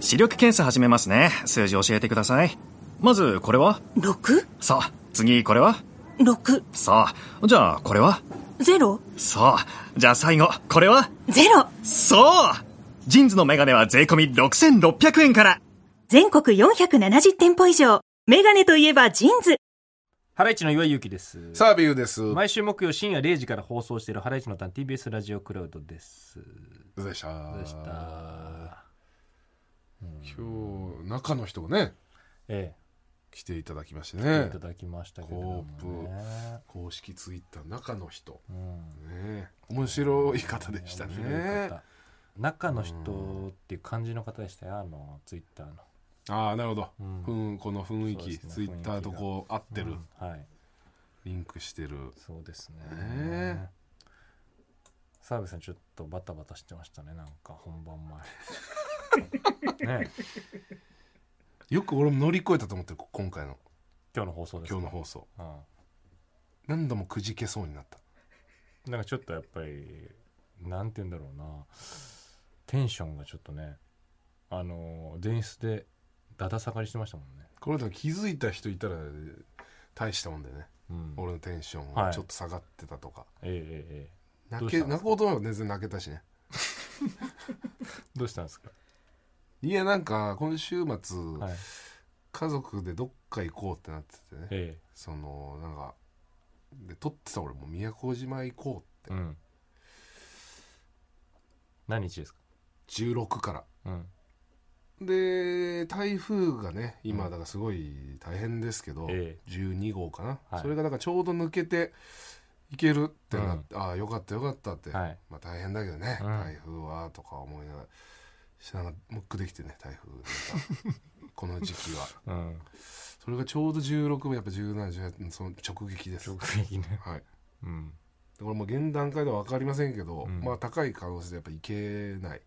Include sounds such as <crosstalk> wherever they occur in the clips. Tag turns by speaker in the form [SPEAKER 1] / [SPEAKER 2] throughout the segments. [SPEAKER 1] 視力検査始めますね。数字教えてください。まず、これは
[SPEAKER 2] 6?
[SPEAKER 1] さあ、次、これは
[SPEAKER 2] 6
[SPEAKER 1] さあ、じゃあ、これは
[SPEAKER 2] ゼロ
[SPEAKER 1] さあ、じゃあ最後、これは
[SPEAKER 2] ゼロ
[SPEAKER 1] そうジンズのメガネは税込み6600円から
[SPEAKER 2] 全国470店舗以上メガネといえばジーンズ
[SPEAKER 3] ハライチの岩井ゆきです。
[SPEAKER 4] サービューです。
[SPEAKER 3] 毎週木曜深夜0時から放送しているハライチのターン TBS ラジオクラウドです。
[SPEAKER 4] どうでした
[SPEAKER 3] でした。
[SPEAKER 4] 今日、中の人がね、
[SPEAKER 3] え
[SPEAKER 4] 来ていただきまして
[SPEAKER 3] え、い
[SPEAKER 4] ね
[SPEAKER 3] た。だきましたけれども、
[SPEAKER 4] コ
[SPEAKER 3] ね。
[SPEAKER 4] ープ公式ツイッター中の人。
[SPEAKER 3] うん
[SPEAKER 4] ね面白い方でした
[SPEAKER 3] 面白い
[SPEAKER 4] ね。
[SPEAKER 3] 方中の人っていう感じの方でしたよ、あの、ツイッターの。
[SPEAKER 4] ああ、なるほど。
[SPEAKER 3] うん
[SPEAKER 4] ふん、この雰囲
[SPEAKER 3] そうで
[SPEAKER 4] 気、
[SPEAKER 3] すね
[SPEAKER 4] ツイッターとこう合ってる、
[SPEAKER 3] うんはい。
[SPEAKER 4] リンクしてる。
[SPEAKER 3] そうですね。
[SPEAKER 4] ね
[SPEAKER 3] 澤部さんちょっとバタバタしてましたねなんか本番
[SPEAKER 4] <laughs>
[SPEAKER 3] 前ね
[SPEAKER 4] よく俺も乗り越えたと思ってる、今回の、
[SPEAKER 3] 今日の放送です
[SPEAKER 4] 今
[SPEAKER 3] ね
[SPEAKER 4] 日の放送。
[SPEAKER 3] うん
[SPEAKER 4] 何度もくじけそうになった。
[SPEAKER 3] なんかちょっとやっぱりなんて言うんだろうなテンションがちょっとねあのー前室でだだ下がりしてましたもんね、
[SPEAKER 4] これでも気づいた人いたら、大したもんだよね。
[SPEAKER 3] うん、
[SPEAKER 4] 俺のテンション
[SPEAKER 3] は
[SPEAKER 4] が
[SPEAKER 3] い
[SPEAKER 4] ちょっと下がってたとか。
[SPEAKER 3] えええええど
[SPEAKER 4] 泣
[SPEAKER 3] うし
[SPEAKER 4] け
[SPEAKER 3] たんです
[SPEAKER 4] 泣こうと思えば全然泣けたしね
[SPEAKER 3] えどうしたんですか、
[SPEAKER 4] いやなんか今週末、
[SPEAKER 3] はい
[SPEAKER 4] 家族でどっか行こうってなっててね
[SPEAKER 3] え
[SPEAKER 4] そのなんかで撮ってた俺もう宮古島行こう
[SPEAKER 3] えうん何日ですか
[SPEAKER 4] 16から
[SPEAKER 3] うん
[SPEAKER 4] で台風がね今だからすごい大変ですけど、
[SPEAKER 3] え
[SPEAKER 4] 12号かな、
[SPEAKER 3] はい
[SPEAKER 4] それがだからちょうど抜けて行けるってなって、ああよかったよかったって、
[SPEAKER 3] はい
[SPEAKER 4] まあ大変だけどね、
[SPEAKER 3] うん
[SPEAKER 4] 台風はとか思いながらしながらムックできてね台風
[SPEAKER 3] <laughs>
[SPEAKER 4] がこの時期
[SPEAKER 3] う
[SPEAKER 4] は。
[SPEAKER 3] ん
[SPEAKER 4] それがちょうど16やっぱ1718その直撃です
[SPEAKER 3] 直撃ね
[SPEAKER 4] はいで
[SPEAKER 3] うん
[SPEAKER 4] これもう現段階では分かりませんけど、
[SPEAKER 3] うん
[SPEAKER 4] まあ高い可能性でやっぱいけない
[SPEAKER 3] い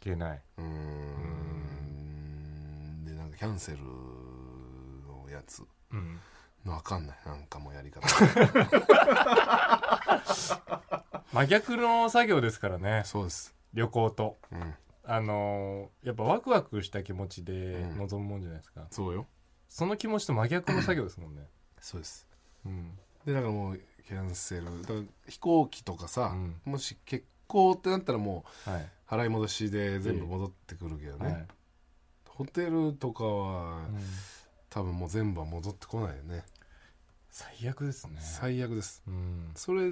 [SPEAKER 3] けないう
[SPEAKER 4] ーんでなんかキャンセルのやつ
[SPEAKER 3] うん
[SPEAKER 4] の分かんないなんかもうやり
[SPEAKER 3] <laughs>
[SPEAKER 4] 方
[SPEAKER 3] 真逆の作業ですからね
[SPEAKER 4] そうです
[SPEAKER 3] 旅行と
[SPEAKER 4] うん
[SPEAKER 3] あのーやっぱワクワクした気持ちで
[SPEAKER 4] うん
[SPEAKER 3] 臨むもんじゃないですか、
[SPEAKER 4] そうよ
[SPEAKER 3] その気持ちと真逆の作業ですもんね。
[SPEAKER 4] そうです
[SPEAKER 3] うん。
[SPEAKER 4] でだからもうキャンセルだから飛行機とかさ、
[SPEAKER 3] うん
[SPEAKER 4] もし欠航ってなったらも
[SPEAKER 3] はい。
[SPEAKER 4] う払い戻しで全部戻ってくるけどね、
[SPEAKER 3] はい。
[SPEAKER 4] ホテルとかは、
[SPEAKER 3] うん
[SPEAKER 4] 多分もう全部は戻ってこないよね
[SPEAKER 3] 最悪ですね。
[SPEAKER 4] 最悪です
[SPEAKER 3] うん。
[SPEAKER 4] それ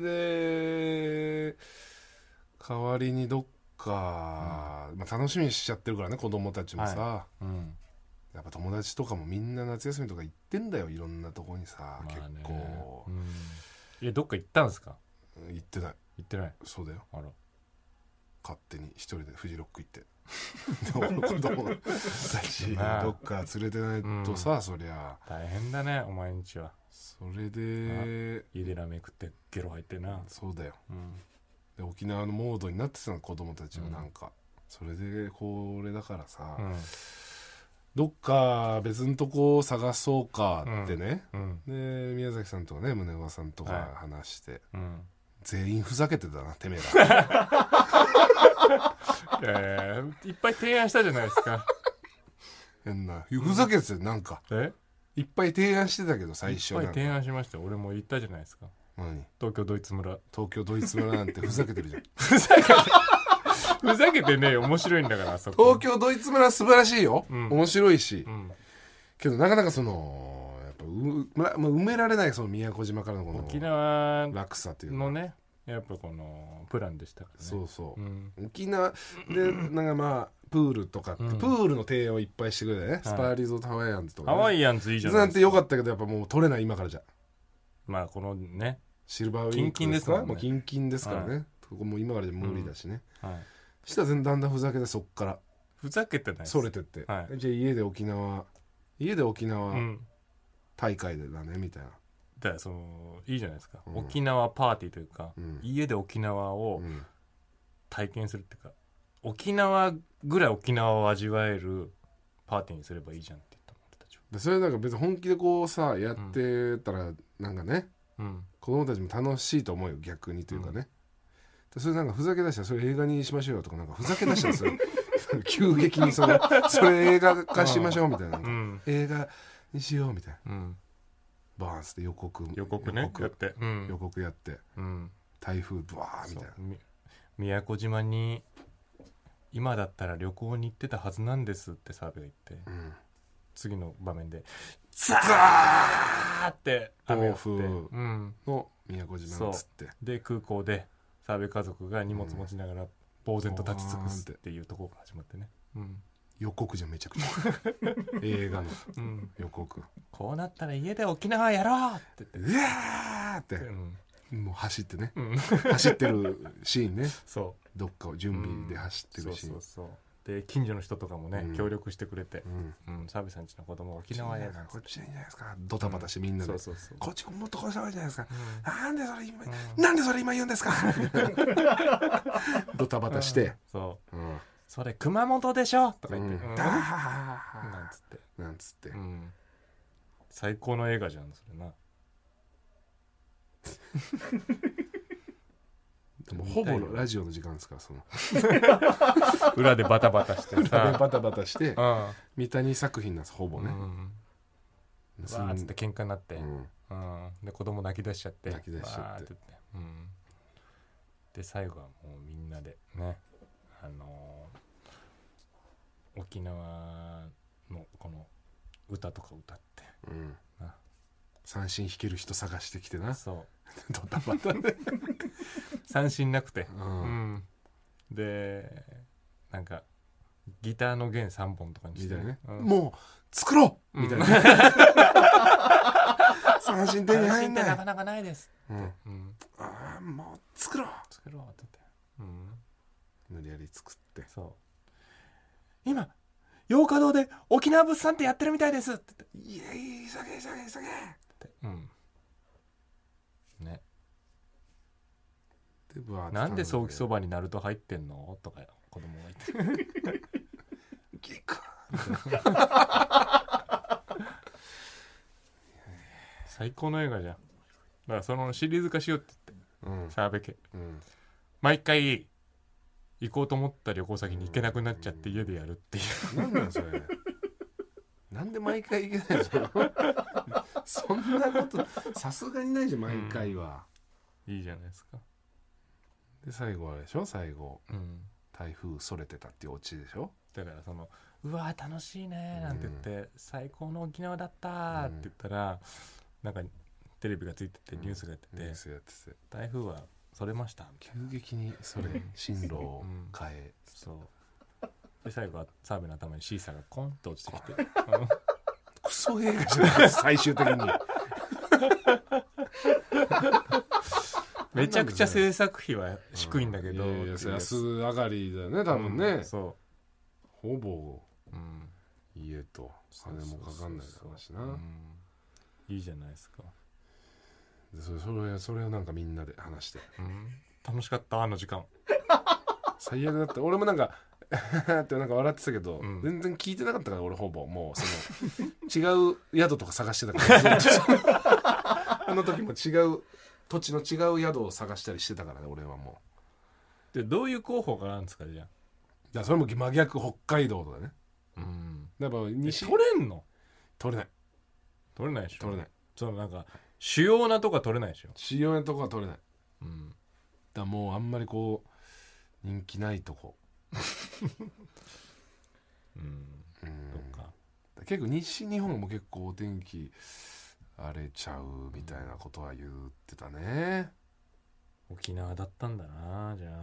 [SPEAKER 4] で代わりにどっか、まあ、楽しみにしちゃってるからね子供たちもさ、
[SPEAKER 3] うん。
[SPEAKER 4] やっぱ友達とかもみんな夏休みとか行ってんだよいろんなとこにさ、
[SPEAKER 3] まあね
[SPEAKER 4] 結構
[SPEAKER 3] う、ん。え、どっか行ったんですか
[SPEAKER 4] 行ってない
[SPEAKER 3] 行ってない。
[SPEAKER 4] そうだよ
[SPEAKER 3] あら。
[SPEAKER 4] 勝手に一人でフジロック行って
[SPEAKER 3] <laughs>
[SPEAKER 4] でも子供たちがどっか連れてないとさ、そりゃ
[SPEAKER 3] 大変だね、お前んちは。
[SPEAKER 4] それで
[SPEAKER 3] ゆでラーメン食ってゲロ入ってな。
[SPEAKER 4] そうだよ
[SPEAKER 3] うん。
[SPEAKER 4] で沖縄のモードになってたの子供たちもなんか、それでこれだからさ、
[SPEAKER 3] うん。
[SPEAKER 4] どっか別のとこを探そうかってね、
[SPEAKER 3] うん。
[SPEAKER 4] で宮崎さんとかね宗岡さんと
[SPEAKER 3] は
[SPEAKER 4] か話して、
[SPEAKER 3] うん。
[SPEAKER 4] 全員ふざけてたなて
[SPEAKER 3] <laughs>
[SPEAKER 4] めえら
[SPEAKER 3] えー、いっぱい提案したじゃないですか。
[SPEAKER 4] 変なふざけてたよなんか
[SPEAKER 3] <laughs> え
[SPEAKER 4] いっぱい提案してたけど
[SPEAKER 3] い
[SPEAKER 4] 最
[SPEAKER 3] っ
[SPEAKER 4] 初
[SPEAKER 3] ぱい
[SPEAKER 4] なんか
[SPEAKER 3] 提案しましたよ。俺も言ったじゃないですか。
[SPEAKER 4] 何
[SPEAKER 3] 東京ドイツ <laughs> 村。
[SPEAKER 4] 東京ドイツ村なん
[SPEAKER 3] <laughs>
[SPEAKER 4] てふざけてるじゃん
[SPEAKER 3] ふざけて、ふざけてねえよ。面白いんだから、あそこ。
[SPEAKER 4] 東京ドイツ村素晴らしいよ、
[SPEAKER 3] うん
[SPEAKER 4] 面白いし、
[SPEAKER 3] うん。
[SPEAKER 4] けどなかなかそのやっぱう、まま埋められないその宮古島からのこ
[SPEAKER 3] 沖
[SPEAKER 4] の
[SPEAKER 3] 縄
[SPEAKER 4] 落差というか
[SPEAKER 3] のねやっぱこのプランでしたからね
[SPEAKER 4] そうそう、
[SPEAKER 3] ん
[SPEAKER 4] 沖縄でなんかまあプールとかって、
[SPEAKER 3] うん
[SPEAKER 4] プールの提案をいっぱいしてくれたよね、スパーリゾートハワイアンズとか、
[SPEAKER 3] ハ
[SPEAKER 4] ね、
[SPEAKER 3] ワイアンズいいじゃな
[SPEAKER 4] ないん
[SPEAKER 3] で
[SPEAKER 4] て
[SPEAKER 3] す
[SPEAKER 4] よかったけどやっぱもう取れない今からじゃ
[SPEAKER 3] まあこのね、
[SPEAKER 4] シルバーウィー
[SPEAKER 3] キンキ
[SPEAKER 4] ク
[SPEAKER 3] ンで
[SPEAKER 4] ですすか
[SPEAKER 3] もんね
[SPEAKER 4] もうキンキンですからね、
[SPEAKER 3] は
[SPEAKER 4] ここもう今からじゃ無理だしね、
[SPEAKER 3] はい、
[SPEAKER 4] したら全然だんだんふざけてそっから
[SPEAKER 3] ふざけてないです
[SPEAKER 4] それてって、
[SPEAKER 3] はい
[SPEAKER 4] じゃあ家で沖縄家で沖
[SPEAKER 3] う
[SPEAKER 4] 縄
[SPEAKER 3] ん
[SPEAKER 4] 大会でだねみたいな、
[SPEAKER 3] だからそのいいじゃないですか、
[SPEAKER 4] うん
[SPEAKER 3] 沖縄パーティーというか、
[SPEAKER 4] うん
[SPEAKER 3] 家で沖縄を
[SPEAKER 4] うん
[SPEAKER 3] 体験するっていうか沖縄ぐらい沖縄を味わえるパーティーにすればいいじゃんって言ったの俺たちは
[SPEAKER 4] でそれなんか別に本気でこうさやってたらなんかね、
[SPEAKER 3] うん
[SPEAKER 4] 子供たちも楽しいと思うよ
[SPEAKER 3] <laughs>
[SPEAKER 4] 逆にというかね、でそれなんかふざけ出したらそれ映画にしましょうよとかなんかふざけ出したらそれ急激にそれそれ映画化しましょうみたいな、
[SPEAKER 3] うん
[SPEAKER 4] 映画にしようみたいな
[SPEAKER 3] うん
[SPEAKER 4] バーンスで予告
[SPEAKER 3] 予告ね
[SPEAKER 4] 予
[SPEAKER 3] やっ
[SPEAKER 4] 告
[SPEAKER 3] てうん
[SPEAKER 4] 予告やって
[SPEAKER 3] うん
[SPEAKER 4] 台風ブワーみ
[SPEAKER 3] そ
[SPEAKER 4] たいうな
[SPEAKER 3] み宮古島に今だったら旅行に行ってたはずなんですって澤部が言って、
[SPEAKER 4] ん
[SPEAKER 3] 次の場面でザーって雨が降って、
[SPEAKER 4] 暴風
[SPEAKER 3] うん、
[SPEAKER 4] の宮古島につって
[SPEAKER 3] で空港で澤部家族が荷物持ちながら呆然と立ち尽くすっていうところから始まってね、うん
[SPEAKER 4] 予告じゃんめちゃく
[SPEAKER 3] <laughs>
[SPEAKER 4] ちゃ映画の
[SPEAKER 3] うん、
[SPEAKER 4] 予告う
[SPEAKER 3] こうなったら家で沖縄やろうって言っ
[SPEAKER 4] わーって
[SPEAKER 3] て、うん
[SPEAKER 4] てもう走ってね
[SPEAKER 3] うん、 <laughs>
[SPEAKER 4] 走ってるシーンね
[SPEAKER 3] そう
[SPEAKER 4] どっかを準備で走ってるシーン
[SPEAKER 3] そうそうそうで近所の人とかもね、
[SPEAKER 4] うん
[SPEAKER 3] 協力してくれて
[SPEAKER 4] うん
[SPEAKER 3] 「うん、澤部さんちの子供は沖縄へ」なんつ
[SPEAKER 4] こ
[SPEAKER 3] っ
[SPEAKER 4] ってちでいいんじゃないですかドタバタしてみんなで
[SPEAKER 3] そうそうそう
[SPEAKER 4] こっちもっとこうした方がいいじゃないですか
[SPEAKER 3] う
[SPEAKER 4] なんでそれ今
[SPEAKER 3] ん
[SPEAKER 4] なんでそれ今言うんですか <laughs> ドタバタして
[SPEAKER 3] そう
[SPEAKER 4] うん
[SPEAKER 3] 「それ熊本でしょ!」とか
[SPEAKER 4] う
[SPEAKER 3] 言って「うんん」
[SPEAKER 4] ダ
[SPEAKER 3] な
[SPEAKER 4] ー
[SPEAKER 3] んつって、
[SPEAKER 4] なんつって
[SPEAKER 3] うん、最高の映画じゃんそれな
[SPEAKER 4] でもほぼのラジオの時間ですからその
[SPEAKER 3] 裏でバタバタして
[SPEAKER 4] で
[SPEAKER 3] さ
[SPEAKER 4] バタバタして
[SPEAKER 3] う
[SPEAKER 4] 三谷作品なんですほぼ
[SPEAKER 3] ん、う
[SPEAKER 4] ね
[SPEAKER 3] ん、
[SPEAKER 4] すん
[SPEAKER 3] わーっつって喧嘩になって、
[SPEAKER 4] うん
[SPEAKER 3] うん、で子供泣き出しちゃって
[SPEAKER 4] 泣き出しちゃって
[SPEAKER 3] わー言てうん、で最後はもうみんなでねあのー沖縄のこの歌とか歌って
[SPEAKER 4] うん
[SPEAKER 3] あ
[SPEAKER 4] 三振弾ける人探してきてな
[SPEAKER 3] そう
[SPEAKER 4] <laughs> ドタバタで
[SPEAKER 3] <laughs> 三振なくて、
[SPEAKER 4] う
[SPEAKER 3] うんでなんかギターの弦3本とかにし
[SPEAKER 4] み
[SPEAKER 3] て
[SPEAKER 4] たいなね
[SPEAKER 3] うん
[SPEAKER 4] もう作ろう
[SPEAKER 3] うん
[SPEAKER 4] みたいな <laughs> 三振手に
[SPEAKER 3] 三振
[SPEAKER 4] 入ん
[SPEAKER 3] って
[SPEAKER 4] な
[SPEAKER 3] ないかなかないです、
[SPEAKER 4] うん
[SPEAKER 3] うん、
[SPEAKER 4] あーもう作ろう
[SPEAKER 3] 作ろうって言って、うん、
[SPEAKER 4] 無理やり作って
[SPEAKER 3] そう今洋華堂で沖縄物産ってやってるみたいですって言って
[SPEAKER 4] 「いえいえ急げ急げ急げ!」
[SPEAKER 3] うんね、
[SPEAKER 4] でぶわーって
[SPEAKER 3] なんで早期そ
[SPEAKER 4] ば
[SPEAKER 3] ばになると入ってんのとか子供が言 <laughs> って
[SPEAKER 4] ギク
[SPEAKER 3] 最高の映画じゃんだからそのシリーズ化しようって言って
[SPEAKER 4] うん
[SPEAKER 3] 澤部家
[SPEAKER 4] うん
[SPEAKER 3] 毎回行こうと思った旅行先に行けなくなっちゃって家でやるっていう
[SPEAKER 4] なんなんそれ <laughs> なんで毎回いけないの <laughs> そんなことさすがにないじゃん毎回は、
[SPEAKER 3] <laughs> いいじゃないですか
[SPEAKER 4] で最後あれでしょ最後
[SPEAKER 3] うん
[SPEAKER 4] 台風それてたっていうオチでしょ
[SPEAKER 3] だからその「うわー楽しいね」なんて言って、最高の沖縄だった」ーって言ったら、なんかテレビがついててニュースがやってて、
[SPEAKER 4] ニュースやってて
[SPEAKER 3] 台風はそれましたみたいな
[SPEAKER 4] 急激にそれ進路を変え、
[SPEAKER 3] そうで最後は澤部の頭にシーサーがコンと落ちてきて
[SPEAKER 4] <laughs> クソ映画じゃ <laughs> ない最終的に
[SPEAKER 3] めちゃくちゃ制作費は低いんだけど、
[SPEAKER 4] いやいやそれ安上がりだよね多分ね、
[SPEAKER 3] うんそ
[SPEAKER 4] ほぼ
[SPEAKER 3] う、うん、
[SPEAKER 4] 家と金もかかんないだろうしな
[SPEAKER 3] そうそうそううんいいじゃないですか、
[SPEAKER 4] でそれそれそれをなんかみんなで話して
[SPEAKER 3] うん楽しかったあの時間
[SPEAKER 4] 最悪だって俺もなんか <laughs> ってなんか笑ってたけど、
[SPEAKER 3] うん
[SPEAKER 4] 全然聞いてなかったから俺ほぼもうその <laughs> 違う宿とか探してたからずっと <laughs> あの時も違う土地の違う宿を探したりしてたからね俺はもう
[SPEAKER 3] でどういう候補があるんですかじゃ
[SPEAKER 4] だからそれも真逆北海道とかね
[SPEAKER 3] あ、うん、
[SPEAKER 4] だから西
[SPEAKER 3] 西取れんの
[SPEAKER 4] 取れない
[SPEAKER 3] 取れないでしょ
[SPEAKER 4] 取れない
[SPEAKER 3] そのなんか主要なとこは取れないでしょ、
[SPEAKER 4] 主要なとこは取れないだか
[SPEAKER 3] うん、
[SPEAKER 4] らもうあんまりこう人気ないとこ、
[SPEAKER 3] うん、
[SPEAKER 4] うん
[SPEAKER 3] どっか
[SPEAKER 4] 結構西日本も結構お天気荒れちゃうみたいなことは言ってたね、
[SPEAKER 3] 沖縄だったんだなじゃあ、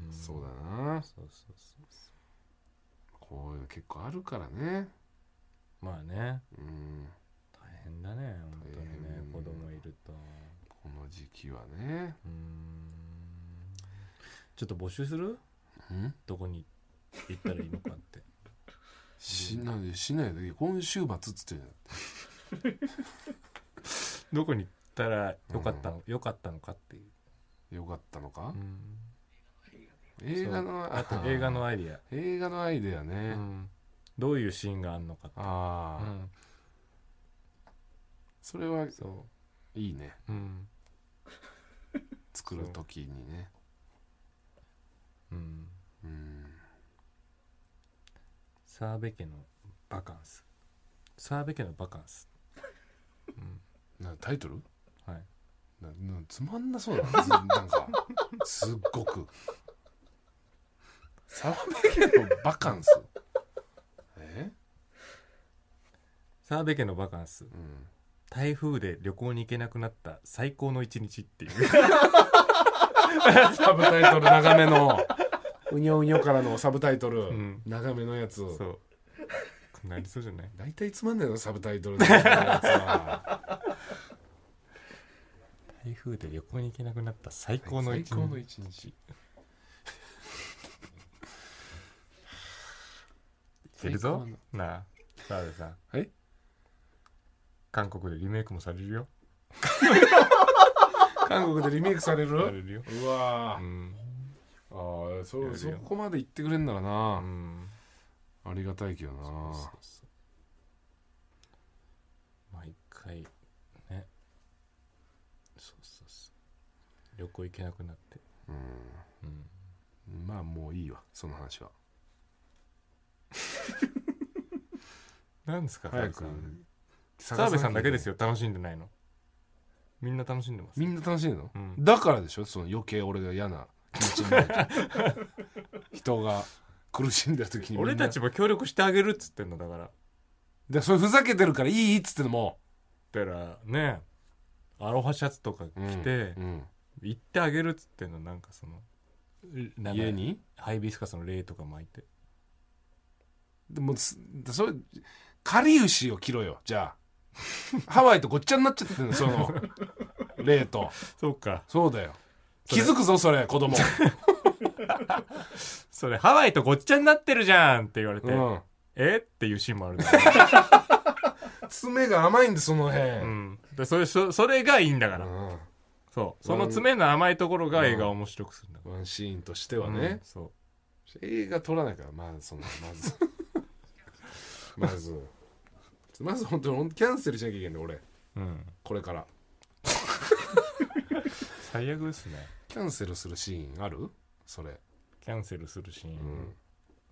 [SPEAKER 3] ん
[SPEAKER 4] そうだな
[SPEAKER 3] そうそうそうそ
[SPEAKER 4] こういうの結構あるからね
[SPEAKER 3] うまあね
[SPEAKER 4] うん
[SPEAKER 3] 大変だね本当に
[SPEAKER 4] 大
[SPEAKER 3] ね子
[SPEAKER 4] 変
[SPEAKER 3] 供いると
[SPEAKER 4] この時期はね
[SPEAKER 3] うんちょっと募集する
[SPEAKER 4] ん
[SPEAKER 3] どこに行ったらいいのかって
[SPEAKER 4] しなんでしないで今週末っつってんじ
[SPEAKER 3] <laughs> どこに行ったらよかったの、よかったのかっていう、
[SPEAKER 4] ゃんよかったのか
[SPEAKER 3] う、ん
[SPEAKER 4] 映画 <laughs> の
[SPEAKER 3] あと映画のア
[SPEAKER 4] アイ
[SPEAKER 3] イディア、
[SPEAKER 4] デ映画のアイデアね、
[SPEAKER 3] うんどういうシーンがあるのかって
[SPEAKER 4] あ
[SPEAKER 3] う
[SPEAKER 4] あ、
[SPEAKER 3] ん
[SPEAKER 4] それは
[SPEAKER 3] そ
[SPEAKER 4] いいね
[SPEAKER 3] ううん
[SPEAKER 4] 作る時にね
[SPEAKER 3] うん
[SPEAKER 4] うん
[SPEAKER 3] 澤部家のバカンス澤部家のバカンス
[SPEAKER 4] なタイトル
[SPEAKER 3] はい
[SPEAKER 4] ななつまんなそうだなずなんかすっごく沢辺家のバカンスえ
[SPEAKER 3] 澤部家のバカンス
[SPEAKER 4] うん
[SPEAKER 3] 台風で旅行に行けなくなった最高の一日っていう
[SPEAKER 4] <laughs> サブタイトル長めのうにょうにょからのサブタイトル、
[SPEAKER 3] ん
[SPEAKER 4] 長めのやつ
[SPEAKER 3] そうこんなありそうじゃない
[SPEAKER 4] 大体つまんないのサブタイトルのやつは
[SPEAKER 3] 台風で旅行に行けなくなった <laughs> 最高の
[SPEAKER 4] 最
[SPEAKER 3] 一
[SPEAKER 4] 高の
[SPEAKER 3] 日
[SPEAKER 4] 一日
[SPEAKER 3] いける
[SPEAKER 4] 最
[SPEAKER 3] ぞ
[SPEAKER 4] 高の
[SPEAKER 3] なあ澤部さん
[SPEAKER 4] え
[SPEAKER 3] 韓国でリメイクもされるよ
[SPEAKER 4] 韓国でリメイクされ
[SPEAKER 3] さ
[SPEAKER 4] る
[SPEAKER 3] れるよ
[SPEAKER 4] うわ
[SPEAKER 3] う
[SPEAKER 4] ー
[SPEAKER 3] ん
[SPEAKER 4] あーそ
[SPEAKER 3] やるよ
[SPEAKER 4] そこまで言ってくれんなら
[SPEAKER 3] う
[SPEAKER 4] な、
[SPEAKER 3] ん
[SPEAKER 4] ありがたいけどな
[SPEAKER 3] そうそう毎回ねそうそうそう旅行行けなくなってうん
[SPEAKER 4] うんまあもういいわその話は
[SPEAKER 3] 何ですか
[SPEAKER 4] 早く
[SPEAKER 3] 澤部さんだけです
[SPEAKER 4] よ
[SPEAKER 3] よ楽しんでないのみんな楽しんでます
[SPEAKER 4] みんな楽しいの、
[SPEAKER 3] うん
[SPEAKER 4] だからでしょその余計俺が嫌な気持ちになる人が苦しんでる時にみんな
[SPEAKER 3] 俺たちも協力してあげるっつってんのだから
[SPEAKER 4] でそれふざけてるからいいっつってのも
[SPEAKER 3] だからねアロハシャツとか
[SPEAKER 4] うん
[SPEAKER 3] 着て
[SPEAKER 4] うん
[SPEAKER 3] 行ってあげるっつってんのなんかそのなんか
[SPEAKER 4] 家に
[SPEAKER 3] ハイビスカスの霊とか巻いて
[SPEAKER 4] でもすそれかりゆしを着ろよじゃあハワイとごっちゃになっちゃってんのその例と
[SPEAKER 3] そうか
[SPEAKER 4] そうだよ
[SPEAKER 3] そ
[SPEAKER 4] 気
[SPEAKER 3] れ
[SPEAKER 4] づくぞそれ子供
[SPEAKER 3] それハワイとごっちゃになってるじゃんって言われて、
[SPEAKER 4] うん
[SPEAKER 3] えっていうシーンもあるから
[SPEAKER 4] 爪が甘いんでその辺、
[SPEAKER 3] <laughs> うん、でそれそそれがいいんだから、
[SPEAKER 4] うん
[SPEAKER 3] そうその爪の甘いところが映画を面白くするんだか
[SPEAKER 4] ワンシーンとして
[SPEAKER 3] ら、
[SPEAKER 4] はね、
[SPEAKER 3] うんそう
[SPEAKER 4] 映画撮らないからまあそのまず <laughs> まずまず本当にほんとキャンセルしなきゃいけない俺
[SPEAKER 3] うん、
[SPEAKER 4] これから
[SPEAKER 3] 最悪ですね
[SPEAKER 4] キャンセルするシーンあるそれ
[SPEAKER 3] キャンセルするシーン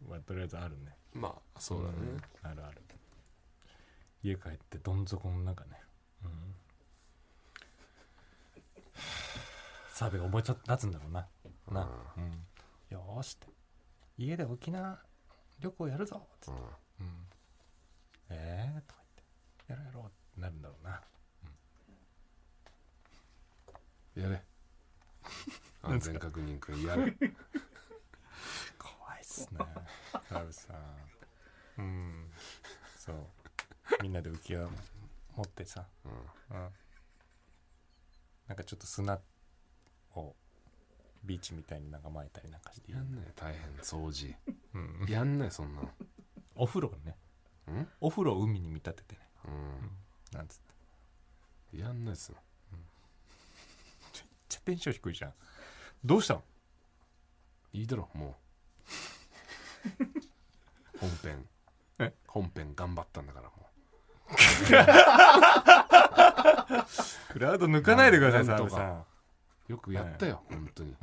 [SPEAKER 3] はとりあえずあるね、
[SPEAKER 4] まあそうだね、
[SPEAKER 3] うんあるある家帰ってどん底の中ね、うん、澤部が思い立つんだろうなな、うん、よーしって家で沖縄旅行やるぞっつって
[SPEAKER 4] うん
[SPEAKER 3] うん、ええー、とか言ってやろうやろうってなるんだろうな
[SPEAKER 4] や <laughs> れ安全確認君 <laughs> やれ
[SPEAKER 3] 怖いっすねラブさんうんそうみんなで浮き輪持ってさ、うんなんかちょっと砂をビーチみたいになんか巻いたりなんかしていい
[SPEAKER 4] やんない大変掃除
[SPEAKER 3] うん、
[SPEAKER 4] やんないそんなの
[SPEAKER 3] お風呂をね
[SPEAKER 4] ん
[SPEAKER 3] お風呂を海に見立ててね
[SPEAKER 4] う
[SPEAKER 3] なんつって
[SPEAKER 4] んやんないっすよ
[SPEAKER 3] めっちゃテンション低いじゃんどうしたの
[SPEAKER 4] いいだろも <laughs> う本編
[SPEAKER 3] え
[SPEAKER 4] 本編頑張ったんだからも
[SPEAKER 3] クラウド抜かないでください
[SPEAKER 4] な
[SPEAKER 3] 澤
[SPEAKER 4] ん
[SPEAKER 3] 部
[SPEAKER 4] とか
[SPEAKER 3] さん
[SPEAKER 4] うよくやったよ、本当に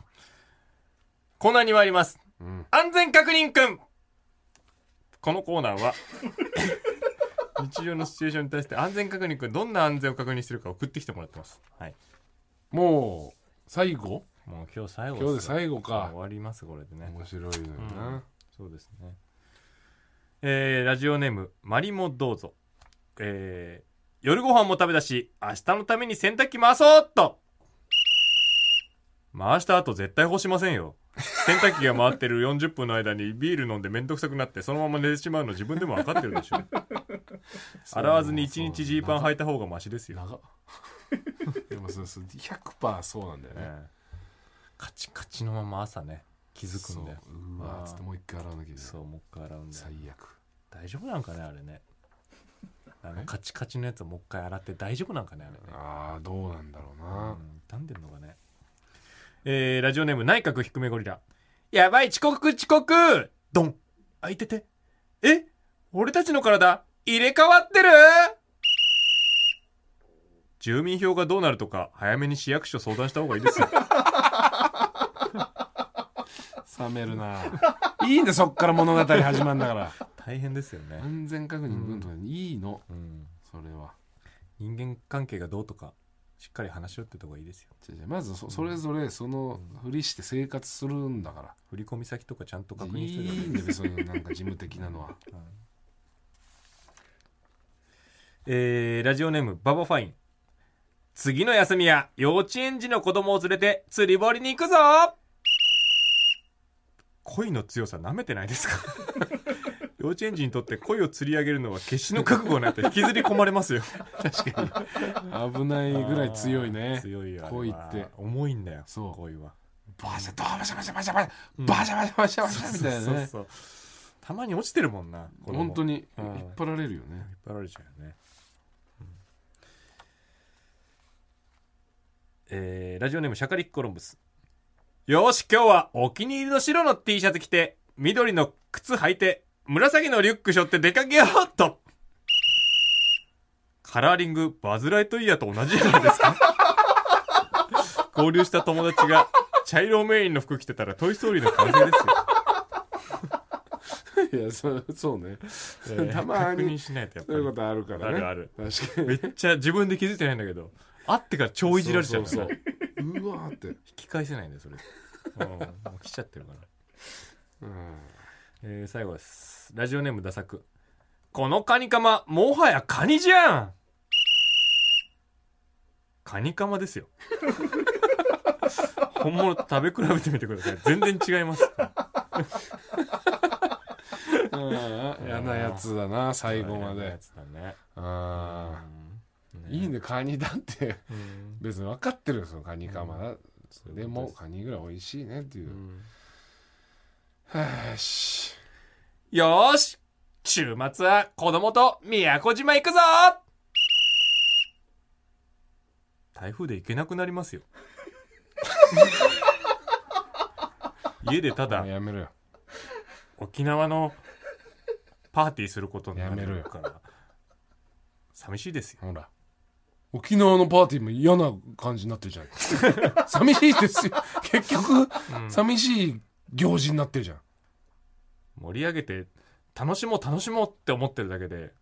[SPEAKER 3] コーナーに参ります
[SPEAKER 4] うん
[SPEAKER 3] 安全確認くんこのコーナーは <laughs> 日常のシチュエーションに対して安全確認くんどんな安全を確認してるか送ってきてもらってますはい
[SPEAKER 4] もう最後
[SPEAKER 3] もう今日最後
[SPEAKER 4] 今日で最後か
[SPEAKER 3] 終わりますこれでね
[SPEAKER 4] 面白いのよな、
[SPEAKER 3] うんそうですねえーラジオネームマリモどうぞえー夜ご飯も食べたし明日のために洗濯機回そうっと回した後絶対干しませんよ洗濯機が回ってる40分の間にビール飲んでめんどくさくなってそのまま寝てしまうの自分でも分かってる <laughs> でしょ洗わずに1日ジーパン
[SPEAKER 4] 入
[SPEAKER 3] 履
[SPEAKER 4] っ
[SPEAKER 3] いた方がマシですよ、
[SPEAKER 4] 長っ <laughs> でもそうそう100%そうなんだよね
[SPEAKER 3] ええカチカチのまま朝ね気づくんだよ
[SPEAKER 4] そううわーっつってもう一回洗わなきゃいけない
[SPEAKER 3] そうもう一回洗うんだよ
[SPEAKER 4] 最悪
[SPEAKER 3] 大丈夫なんかねあれ
[SPEAKER 4] <laughs>
[SPEAKER 3] ねあの
[SPEAKER 4] え
[SPEAKER 3] カチカチのやつをもう一回洗って大丈夫なんかねあれね
[SPEAKER 4] ああどうなんだろう
[SPEAKER 3] う
[SPEAKER 4] なん
[SPEAKER 3] 傷んでんのかねえー、ラジオネーム内閣低めゴリラやばい遅刻遅刻ドン開いててえ俺たちの体入れ替わってる住民票がどうなるとか早めに市役所相談した方がいいです
[SPEAKER 4] <laughs>
[SPEAKER 3] よ
[SPEAKER 4] <laughs>
[SPEAKER 3] <laughs>
[SPEAKER 4] 冷めるないいんだよそっから物語始まるんだから
[SPEAKER 3] 大変ですよね、
[SPEAKER 4] 安全確認分とかいいの、
[SPEAKER 3] うん、
[SPEAKER 4] それは
[SPEAKER 3] 人間関係がどうとかしっかり話し合ってた方がいいですよ
[SPEAKER 4] 違う違うまずそそれぞれそのふりして生活するんだから、
[SPEAKER 3] 振り込み先とかちゃんと確
[SPEAKER 4] い
[SPEAKER 3] 認
[SPEAKER 4] い
[SPEAKER 3] して
[SPEAKER 4] んだよそのなんか事務的なのは
[SPEAKER 3] えーラジオネームババファイン次の休みは幼稚園児の子供を連れて釣り堀に行くぞ恋の強さ舐めてないですか <laughs> 幼稚園児にとって恋を釣り上げるのは決死の覚悟なんて引きずり込まれますよ
[SPEAKER 4] <laughs> 危ないぐらい強いね
[SPEAKER 3] 強いよあれは
[SPEAKER 4] 恋って
[SPEAKER 3] 重いんだよ
[SPEAKER 4] そう
[SPEAKER 3] 恋は
[SPEAKER 4] バシャドバシャバシャバシャバシャバシャバシャバシャバシャみたいなね
[SPEAKER 3] そうそうたまに落ちてるもんな子供
[SPEAKER 4] 本当に
[SPEAKER 3] うん
[SPEAKER 4] 引っ張られるよ
[SPEAKER 3] <laughs>
[SPEAKER 4] ね
[SPEAKER 3] 引っ張られちゃうよね、うんえーラジオネームシャカリックコロンブスよし今日はお気に入りの白の T シャツ着て緑の靴履いて紫のリュック背負って出かけようっとカラーリングバズ・ライトイヤーと同じじゃないですか合流した友達が茶色メインの服着てたら「トイ・ストーリー」の完成ですよ
[SPEAKER 4] いやそうそう <laughs> ね
[SPEAKER 3] えー
[SPEAKER 4] たま
[SPEAKER 3] 確認
[SPEAKER 4] に
[SPEAKER 3] しないとやっぱ
[SPEAKER 4] そういうこ
[SPEAKER 3] り
[SPEAKER 4] とあるからね
[SPEAKER 3] あるある
[SPEAKER 4] 確かに
[SPEAKER 3] めっちゃ自分で気づいてないんだけど会ってから超いじられちゃうんだよ
[SPEAKER 4] そうそうそううわーって、
[SPEAKER 3] 引き返せないんだよそれ、うん、もう来ちゃってるから、
[SPEAKER 4] うん、
[SPEAKER 3] えー最後ですラジオネームダサクこのカニカマもはやカニじゃんカニカマですよ <laughs> 本物と食べ比べてみてください全然違います
[SPEAKER 4] ああ嫌なやつだな最後ま
[SPEAKER 3] や
[SPEAKER 4] で
[SPEAKER 3] つだね
[SPEAKER 4] あ
[SPEAKER 3] うん
[SPEAKER 4] あいいねカニだって <laughs>
[SPEAKER 3] うん
[SPEAKER 4] 別に分かってるよそのカニカマだ、
[SPEAKER 3] うい
[SPEAKER 4] で
[SPEAKER 3] うこと
[SPEAKER 4] も
[SPEAKER 3] です
[SPEAKER 4] カニぐらい美味しいねっていうう、
[SPEAKER 3] ん
[SPEAKER 4] はあし
[SPEAKER 3] よーし週末は子供と宮古島行くぞ台風で行けなくなりますよ <laughs> 家でただ
[SPEAKER 4] もうやめろよ
[SPEAKER 3] 沖縄のパーティーすることにな
[SPEAKER 4] やめろ
[SPEAKER 3] る
[SPEAKER 4] よ
[SPEAKER 3] から寂しいですよ
[SPEAKER 4] ほら沖縄のパーティーも嫌な感じになってるじゃん寂しい <laughs> ですよ結局、寂しい行事になってるじゃん
[SPEAKER 3] 盛り上げて楽しもう楽しもうって思ってるだけで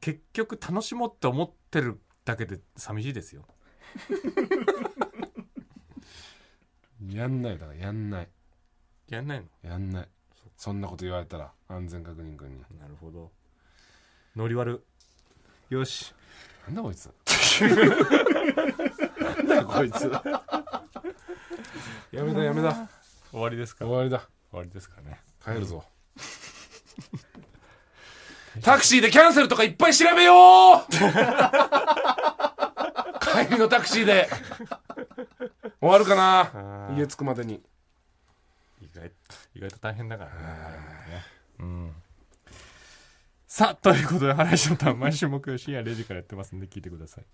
[SPEAKER 3] 結局楽しもうって思ってるだけで寂しいですよ
[SPEAKER 4] やんないだからやんない
[SPEAKER 3] やんないの
[SPEAKER 4] やんないそんなこと言われたら安全確認君に
[SPEAKER 3] なるほどノリ悪よし
[SPEAKER 4] なんだこいつなんだこいつやめだやめだ
[SPEAKER 3] 終わりですか
[SPEAKER 4] 終わりだ
[SPEAKER 3] 終わりですかね
[SPEAKER 4] 帰るぞタクシーでキャンセルとかいっぱい調べよう <laughs> 帰りのタクシーで終わるかな
[SPEAKER 3] あー
[SPEAKER 4] 家着くまでに
[SPEAKER 3] 意外意外と大変だからねうんさあということで「原西のターン」毎週木曜深夜0時からやってますんで聞いてください